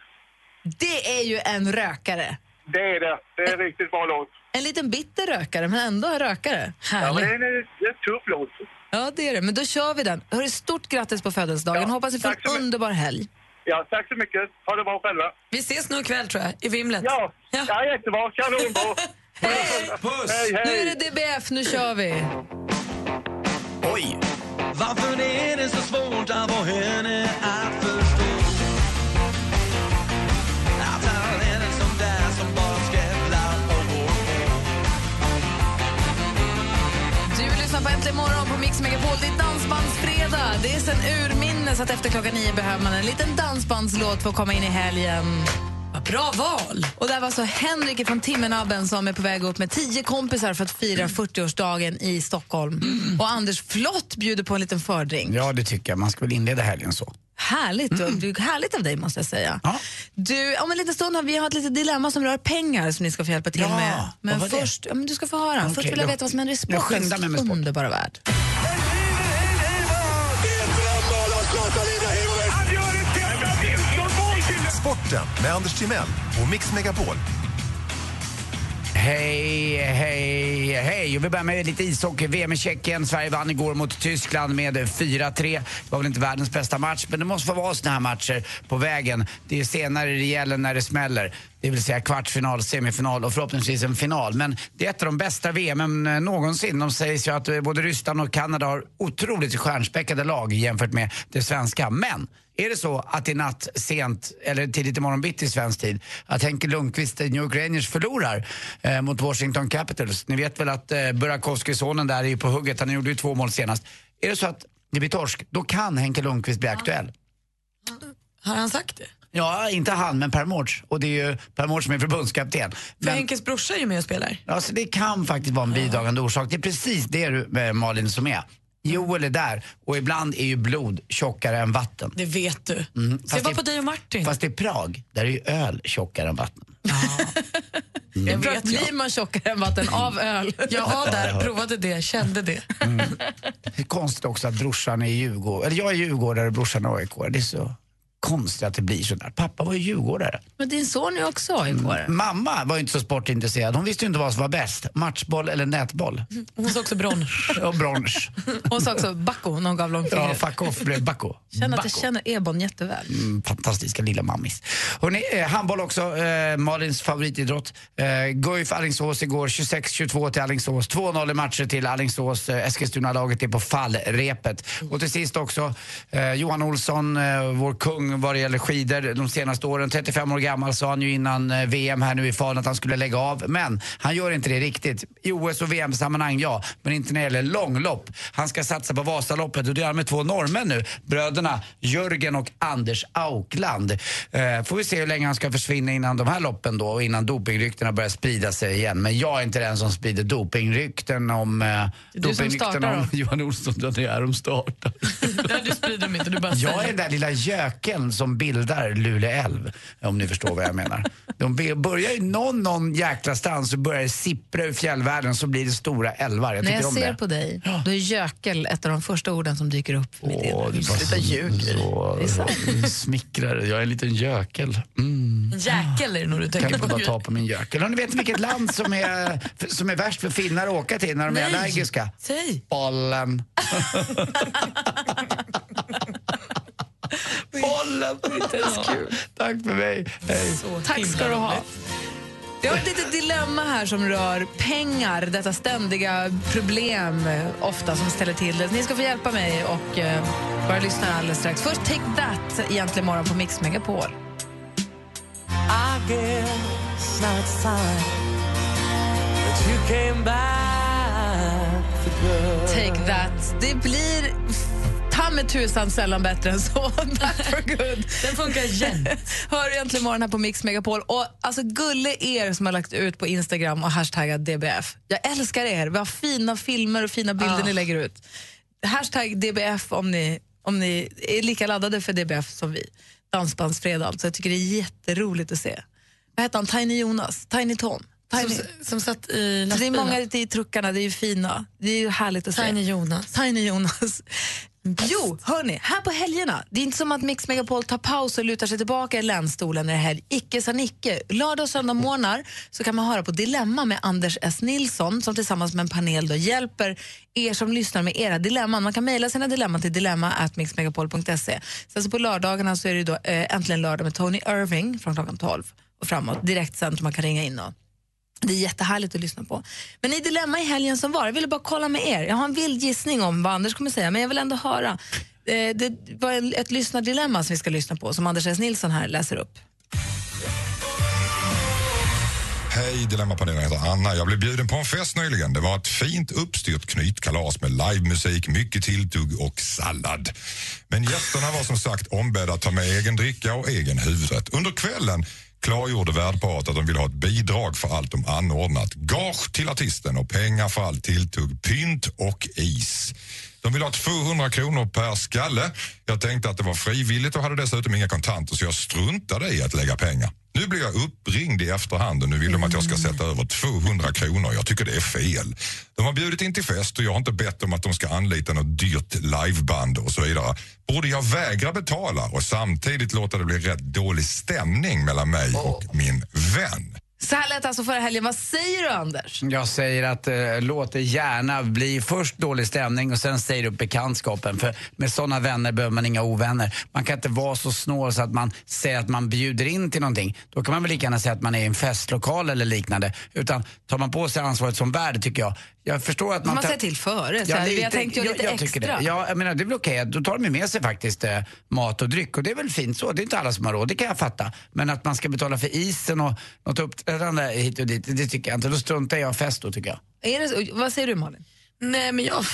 C: Det är ju en rökare.
K: Det är det. Det är en riktigt bra låt.
C: En liten bitter rökare, men ändå en rökare.
K: Ja, men
C: Härligt.
K: det är en, det är en tuff låt.
C: Ja, det är det. Men då kör vi den. Hörru, stort grattis på födelsedagen. Hoppas du får en underbar helg.
K: Ja, tack så mycket. Ha det bra själva.
G: Vi ses nu ikväll tror jag, i vimlet.
K: Ja, ja. ja jättebra. Kanonbra.
G: Puss!
K: Hej, hej.
C: Nu är det DBF, nu kör vi.
R: Oj! Varför är det så svårt att få henne att förstå? Att han är en sån där som bara skrävlar och går på.
C: Du lyssnar på Äntligen morgon på Mix Megapol. Det är dansbandsfredag. Det är sen urminnes att efter klockan nio behöver man en liten dansbandslåt för att komma in i helgen. Bra val! Och där var så Henrik från Timmernabben som är på väg upp med tio kompisar för att fira
E: Mm.
C: 40-årsdagen i Stockholm. Och Anders Flott bjuder på en liten fördrink.
E: Ja, Mm. det tycker jag. Man ska väl inleda helgen så.
C: Härligt, och, du, härligt av dig måste jag säga. Du, om en liten stund har vi har ett litet dilemma som rör pengar som ni ska få hjälpa till
E: Ja,
C: med. Men
E: vad var det?
C: först, ja, men du ska få höra. först
E: Okej,
C: vill jag
E: jag-
C: veta vad som händer i
E: jag
C: sportens
E: skyndar mig med sport.
C: underbara värld.
X: Sporten med Anders Timell och Mix Megapol.
E: Hej, hej, hej. Och vi börjar med lite ishockey. VM i Tjeckien. Sverige vann igår mot Tyskland med 4-3. Det var väl inte världens bästa match, men det måste få vara såna här matcher på vägen. Det är senare det gäller när det smäller. Det vill säga kvartsfinal, semifinal och förhoppningsvis en final. Men det är ett av de bästa VM eh, någonsin. De sägs ju att eh, både Ryssland och Kanada har otroligt stjärnspäckade lag jämfört med det svenska. Men är det så att i natt sent, eller tidigt imorgon bitti svensk tid, att Henke Lundqvist, eh, New York Rangers, förlorar eh, mot Washington Capitals? Ni vet väl att eh, Burakovsky, sonen där, är ju på hugget. Han gjorde ju två mål senast. Är det så att det blir torsk, då kan Henke Lundqvist bli aktuell.
G: Har han sagt det?
E: Ja, inte han, men Per Mårts. Och det är ju Per Mårts som är förbundskapten.
G: För Henkes brorsa är ju med och spelar.
E: Ja, så det kan faktiskt vara en bidragande orsak. Det är precis det du, eh, Malin, som är. Joel är där och ibland är ju blod tjockare än vatten.
G: Det vet du.
E: Mm,
G: Så jag var på dig och Martin.
E: Fast i Prag, där är ju öl tjockare än vatten.
C: Jag vet blir man tjockare än vatten av öl?
G: Jag var
E: Ja,
G: där,
E: ja.
G: provade det, kände det.
E: Det är konstigt också att brorsan är Djurgård. Eller jag är djurgårdare och brorsan är AIK. Det är så konstigt att det blir så där. Pappa var ju djurgårdare.
C: Men din son är också AIK-are.
E: Mamma var ju inte så sportintresserad. Hon visste ju inte vad som var bäst. Matchboll eller nätboll.
G: Hon sa också brons.
E: Och brons.
C: Hon sa också Bacco när hon gav långfingret.
E: Ja, fuck off blev Bacco.
C: Känner att
E: Bacco.
C: jag känner Ebon jätteväl.
E: Mm, fantastiska lilla mammis. Hörrni, eh, handboll också, eh, Malins favoritidrott. Eh, Guif Alingsås igår, 26-22 till Alingsås. 2-0 i matcher till Alingsås. Eh, Eskilstuna-laget är på fallrepet. Och till sist också, eh, Johan Olsson, eh, vår kung vad det gäller skidor de senaste åren. 35 år gammal sa han ju innan eh, VM här nu i Falun att han skulle lägga av. Men han gör inte det riktigt. I OS och VM-sammanhang, ja. Men inte när det gäller långlopp. Han ska satsa på Vasaloppet och det gör han med två norrmän nu. Bröderna Jörgen och Anders Aukland. Eh, får vi se hur länge han ska försvinna innan de här loppen då och innan dopingryktena börjar sprida sig igen. Men jag är inte den som sprider dopingrykten om... Eh,
G: du som startar
E: om
G: dem.
E: Johan Olsson, utan det är de startar.
G: Nej, du sprider dem inte, du bara
E: Jag är
G: säger.
E: den där lilla göken som bildar Lule älv, om ni förstår vad jag menar. De be- börjar ju någon, någon jäkla stans så börjar det sippra ur fjällvärlden så blir det stora älvar. Jag
C: När
E: tycker
C: jag
E: om
C: ser
E: det.
C: på dig, då är gökel ett av de första orden som dyker upp för mitt inre. Sluta ljug. Det är sant.
E: Smickrare, jag är en liten gökel. Mm,
G: Jäkel är det nog du
E: Kan
G: tänker
E: inte
G: på.
E: bara ta på min gökel. Och ni vet vilket land som är, som är värst för finnar att åka till när de är
G: Nej.
E: allergiska?
G: Säg.
E: Bollen. Bollen! Tack för mig. Hej.
C: Tack ska du ha. Jag har ett litet dilemma här som rör pengar, detta ständiga problem eh, ofta som ställer till det. Ni ska få hjälpa mig och eh, bara lyssna alldeles strax. Först Take That i Äntligen morgon på Mix Megapol.
T: I guess now it's time that you came back for good.
C: Take That. Det blir f- ta med tusan sällan bättre än så. Back for good. Den funkar jämt. Hör egentligen morgon här på Mix Megapol. Och alltså gulle er som har lagt ut på Instagram och hashtaggat DBF. Jag älskar er. Vi har fina filmer och fina bilder
G: Ah.
C: ni lägger ut. Hashtag DBF om ni, om ni är lika laddade för DBF som vi. Dansbandsfredag alltså. Jag tycker det är jätteroligt att se. Vad heter han? Tiny Jonas? Tiny Tom? Tiny.
G: Som, som satt i
C: Så det är
G: lastbilen.
C: många ute i truckarna, det är ju fina. Det är ju härligt att se.
G: Tiny
C: Jonas. Tiny Jonas. Jo, hörni, här på helgerna. Det är inte som att Mix Megapol tar paus och lutar sig tillbaka i länsstolen när det är helg. Icke sa Nicke. Lördag och söndag morgnar så kan man höra på Dilemma med Anders S. Nilsson som tillsammans med en panel då hjälper er som lyssnar med era dilemman. Man kan mejla sina dilemman till dilemma.mixmegapol.se. Sen så på lördagarna så är det då eh, äntligen lördag med Tony Irving från klockan 12 och framåt. Direkt sen man kan ringa in och det är jättehärligt att lyssna på. Men i Dilemma i helgen som var, jag ville bara kolla med er. Jag har en vild gissning om vad Anders kommer säga, men jag vill ändå höra. Eh, Det var en- ett lyssnardilemma som vi ska lyssna på, som Anders S. Nilsson här läser upp.
V: Hej Dilemmapanelen, jag heter Anna. Jag blev bjuden på en fest nyligen. Det var ett fint uppstyrt knytkalas med livemusik, mycket tilltugg och sallad. Men gästerna var som sagt ombedda att ta med egen dricka och egen huvudrätt. Under kvällen klargjorde värdparet att de ville ha ett bidrag för allt de anordnat. Gage till artisten och pengar för allt tilltugg, pynt och is. De ville ha 200 kronor per skalle. Jag tänkte att det var frivilligt och hade dessutom inga kontanter så jag struntade i att lägga pengar. Nu blir jag uppringd i efterhand och nu vill de att jag
B: Mm.
V: ska sätta över 200 kronor. Jag tycker det är fel. De har bjudit in till fest och jag har inte bett om att de ska anlita något dyrt liveband och så vidare. Borde jag vägra betala och samtidigt låta det bli rätt dålig stämning mellan mig och min vän?
C: Så här lät alltså förra helgen. Vad säger du, Anders?
E: Jag säger att eh, låt det gärna bli först dålig stämning och sen säger du upp bekantskapen. För med sådana vänner behöver man inga ovänner. Man kan inte vara så snål så att man säger att man bjuder in till någonting. Då kan man väl lika gärna säga att man är i en festlokal eller liknande. Utan tar man på sig ansvaret som värd tycker jag. Jag förstår att
C: Man,
E: man...
C: man
E: tar-
C: säger till före. Så här, vi har tänkt göra lite
E: jag, jag
C: extra.
E: tycker Det. Ja, jag menar, det är väl okej. Då tar de ju med sig faktiskt eh, mat och dryck och det är väl fint så. Det är inte alla som har råd, det kan jag fatta. Men att man ska betala för isen och något uppträdande hit och dit, det tycker jag inte. Då struntar jag i fest då tycker jag.
C: Är det så? Vad säger du, Malin?
G: Nej, men jag,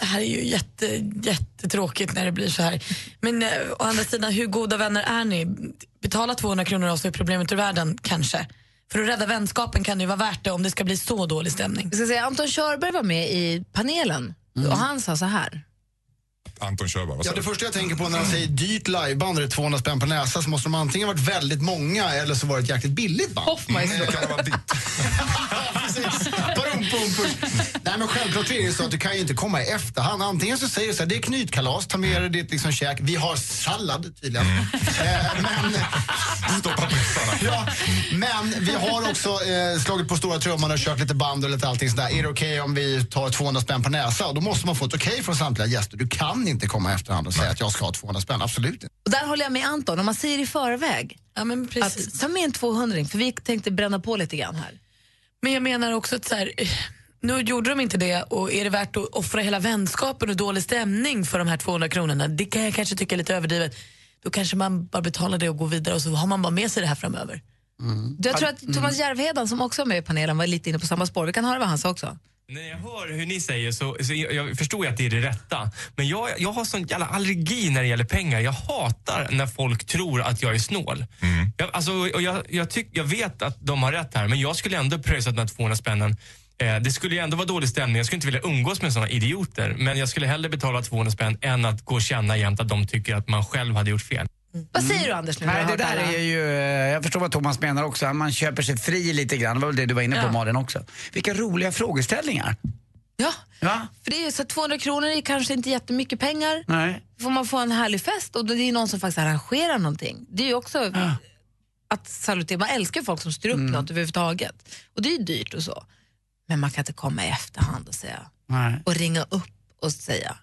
G: det här är ju jätte, jättetråkigt när det blir så här. Men eh, å andra sidan, hur goda vänner är ni? Betala 200 kronor och så är problemet ur världen, kanske. För att rädda vänskapen kan det ju vara värt det om det ska bli så dålig stämning.
C: Vi ska säga, Anton Körberg var med i panelen och han sa så här.
V: Anton Körberg, vad
B: Ja,
V: säger
B: det
V: du?
B: första jag tänker på när han säger dyrt liveband och det är 200 spänn per näsa så måste de antingen ha varit väldigt många eller så var det ett jäkligt billigt band.
C: Hoffman
B: Mm, det kan vara ditt. Badum, bum, push. Nej men självklart är det så att du kan ju inte komma i efterhand. Antingen så säger du så här, det är knytkalas, ta med dig ditt liksom käk. Vi har sallad tydligen. Eh, men...
V: Stoppa pressarna.
B: Ja, men vi har också eh, slagit på stora trumman och kört lite band och lite allting sådär. Är det okej om vi tar 200 spänn på näsa? Och då måste man få ett okej från samtliga gäster. Du kan inte komma i efterhand och säga att jag ska ha 200 spänn. Absolut inte.
C: Och där håller jag med Anton, om man säger i förväg att ta med en 200 för vi tänkte bränna på lite grann här.
G: Men jag menar också att så här, eh, nu gjorde de inte det och är det värt att offra hela vänskapen och dålig stämning för de här 200 kronorna? Det kan jag kanske tycka är lite överdrivet. Då kanske man bara betalar det och går vidare och så har man bara med sig det här framöver.
C: Jag tror att Thomas Järvheden som också var med i panelen var lite inne på samma spår. Vi kan höra vad han sa också.
O: När jag hör hur ni säger så, så jag, jag förstår ju att det är det rätta. Men jag, jag har sån jävla allergi när det gäller pengar. Jag hatar när folk tror att jag är snål. Jag, alltså, och jag, jag, tyck, jag vet att de har rätt här, men jag skulle ändå pröjsat de här 200 spännen. Eh, det skulle ju ändå vara dålig stämning. Jag skulle inte vilja umgås med såna idioter. Men jag skulle hellre betala 200 spänn än att gå och känna jämt att de tycker att man själv hade gjort fel.
C: Vad säger du Anders nu när
E: Nej,
C: du
E: det
C: har hört
E: där
C: alla?
E: är ju... eh, Jag förstår vad Thomas menar också. Man köper sig fri lite grann. Det var väl det du var inne på
C: Ja.
E: Malin också. Vilka roliga frågeställningar.
C: Ja.
E: Va?
C: För det är ju så att 200 kronor är kanske inte jättemycket pengar.
E: Nej.
C: Får man få en härlig fest och det är ju någon som faktiskt arrangerar någonting. Det är ju också
G: Ah.
C: att salutera. Man älskar ju folk som styr upp
G: Mm.
C: något överhuvudtaget. Och det är ju dyrt och så. Men man kan inte komma i efterhand och säga
E: Nej.
C: och ringa upp och säga.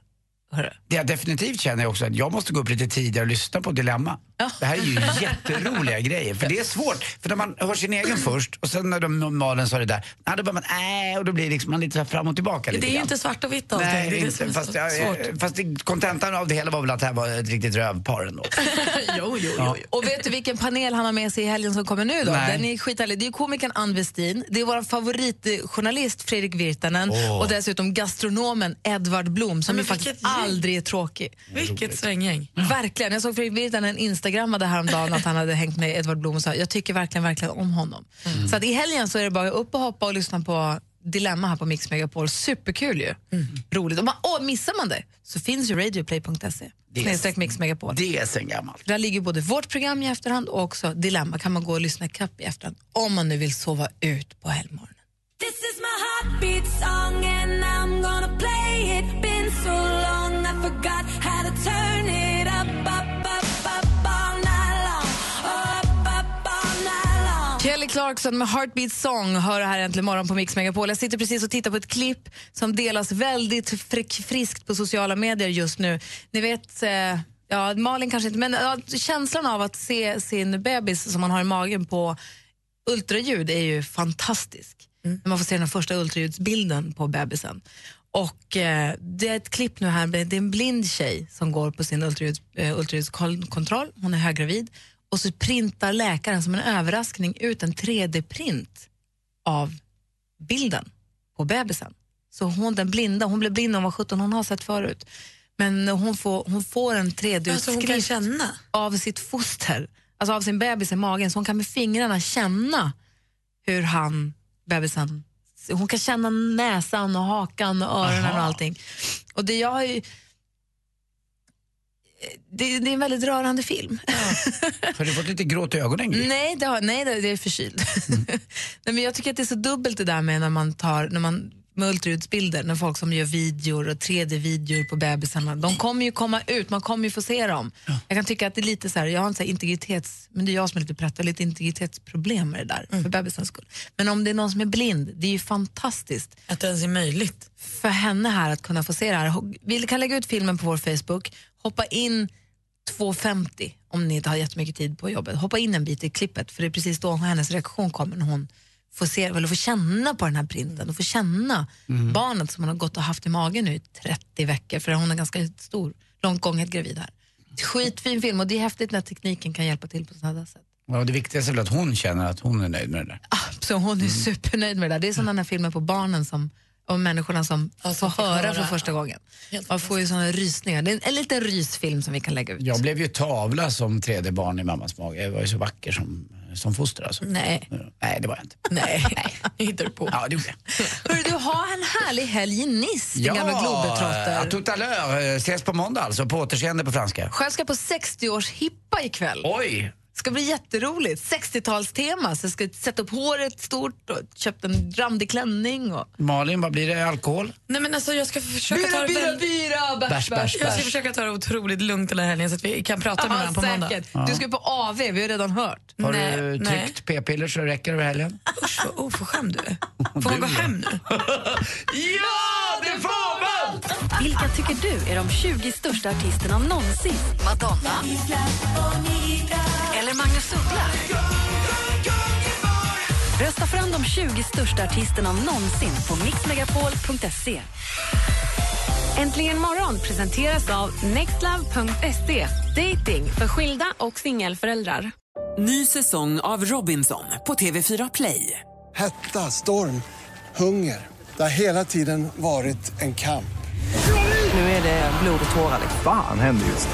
E: Det jag definitivt känner är också att jag måste gå upp lite tidigare och lyssna på Dilemma. Det här är ju jätteroliga grejer. För det är svårt. För när man hör sin egen först och sen när de, Malin sa det där, ja, då börjar man äh, och då blir det liksom man lite så här fram och tillbaka.
G: Det
E: lite
G: är ju
E: grann.
G: inte svart och vitt allting.
E: Nej, det är
G: som
E: inte. Fast,
G: så
E: jag, eh,
G: svårt.
E: fast det- kontentan av det hela var väl att det här var ett riktigt rövpar ändå.
G: jo, jo,
E: Ja.
C: Och vet du vilken panel han har med sig i helgen som kommer nu då?
E: Nej.
C: Den är skithärlig. Det är komikern Ann Westin, det är vår favoritjournalist Fredrik Virtanen
G: Åh.
C: och dessutom gastronomen Edvard Blom som
G: Men
C: ju faktiskt
G: vilket gäng.
C: aldrig är tråkig.
G: Vilket sväng.
C: Verkligen. Jag såg Fredrik Virtanen instagrammade häromdagen att han hade hängt med Edvard Blom och sa jag tycker verkligen, verkligen om honom.
E: Mm.
C: Så att i helgen så är det bara upp och hoppa och lyssna på Dilemma här på Mix Megapol. Superkul ju.
G: Mm.
C: Roligt. Och man, åh, missar man det så finns ju radioplay.se.
E: Det är-
C: Snedstreck Mix Megapol.
E: Det är sen gammalt.
C: Där ligger både vårt program i efterhand och också Dilemma kan man gå och lyssna i kapp i efterhand om man nu vill sova ut på helgmorgon.
D: This is my heartbeat song and I'm gonna play it. Been so long I forgot how to turn it up, up, up, up all night long. Up, up all night long.
C: Kelly Clarkson med Heartbeat Song hör det här äntligen morgon på Mix Megapol. Jag sitter precis och tittar på ett klipp som delas väldigt fri- friskt på sociala medier just nu. Ni vet, eh, ja, Malin kanske inte, men ja, känslan av att se sin bebis som man har i magen på ultraljud är ju fantastisk. När man får se den första ultraljudsbilden på bebisen. Och eh, det är ett klipp nu här, med- det är en blind tjej som går på sin ultraljuds, eh, ultraljudskontroll, hon är höggravid, och så printar läkaren som en överraskning ut en 3D-print av bilden på bebisen. Så hon den blinda, hon blev blind när hon var 17, hon har sett förut. Men hon får, hon får en 3D-utskrift av sitt foster, alltså av sin bebis i magen, så hon kan med fingrarna känna hur han, bebisen, hon kan känna näsan och hakan och öronen och allting. Och det jag har ju, det, det är en väldigt rörande film.
E: Har du fått lite gråt i ögonen? Gry?
C: Nej, det, har, nej, det det är förkyld. nej, men jag tycker att det är så dubbelt det där med när man tar när man, med ultraljudsbilder, när folk som gör videor och 3D-videor på bebisarna, de kommer ju komma ut, man kommer ju få se dem. Jag kan tycka att det är lite så här, jag har en så här integritets, men det är jag som är lite prätt, lite integritetsproblem med det där,
G: Mm.
C: för bebisens skull. Men om det är någon som är blind, det är ju fantastiskt. Att det ens är möjligt. För henne här att kunna få se det här. Vi kan lägga ut filmen på vår Facebook, hoppa in 2.50 om ni inte har jättemycket tid på jobbet. Hoppa in en bit i klippet för det är precis då hennes reaktion kommer när hon får, se, eller får känna på den här printen och får känna
D: Mm.
C: barnet som hon har gått och haft i magen nu i 30 veckor för hon är ganska stor, långt gången gravid här. Skitfin film och det är häftigt när tekniken kan hjälpa till på sådana här sätt.
E: Ja, det viktigaste är väl att hon känner att hon är nöjd med det där.
C: Så hon är supernöjd med det där. Det är sådana här filmer på barnen som, och människorna som får
G: fick
C: höra
G: höra.
C: för första gången. Man får ju sådana rysningar. Det är en, en liten rysfilm som vi kan lägga ut.
E: Jag blev ju tavla som tredje barn i mammas mage. Jag var ju så vacker som, som foster alltså.
G: Mm.
C: Nej.
E: Nej, det var jag inte.
C: Nej,
E: hittar du på. Ja, det gjorde jag.
C: Hörru, du har en härlig helg i Nice, din gamla globetrotter.
E: eh, tout à l'heure. Eh, Ses på måndag alltså, på återseende på franska.
C: Själv ska jag på 60-årshippa ikväll.
E: Oj!
C: ska bli jätteroligt. 60-talstema. Så jag ska sätta upp håret stort och köpt en randig klänning. Och...
E: Malin, vad blir det? Alkohol?
G: Nej men alltså jag ska försöka
C: Bira,
G: ta det
C: bira,
G: väl-
C: bira, bärs, Bärs, bärs,
G: Jag
C: bärs.
G: ska försöka ta det otroligt lugnt hela helgen så att vi kan prata med varandra på måndag.
C: säkert. Du ska ju på AV, vi har ju redan hört.
E: Har du tryckt p-piller så det räcker över helgen? Usch, vad
G: oh,
E: oförskämd du är. Får man gå hem nu?
D: Ja, det får man!
I: Vilka tycker du är de 20 största artisterna någonsin? Madonna? Eller Magnus Uggla? Rösta fram de 20 största artisterna någonsin på mixmegapol.se.
Y: Äntligen morgon presenteras av nextlove.se. Dating för skilda och singelföräldrar.
F: Ny säsong av Robinson på TV4 Play.
L: Hetta, storm, hunger. Det har hela tiden varit en kamp.
F: Nu är det blod och tårar.
M: Fan händer just nu.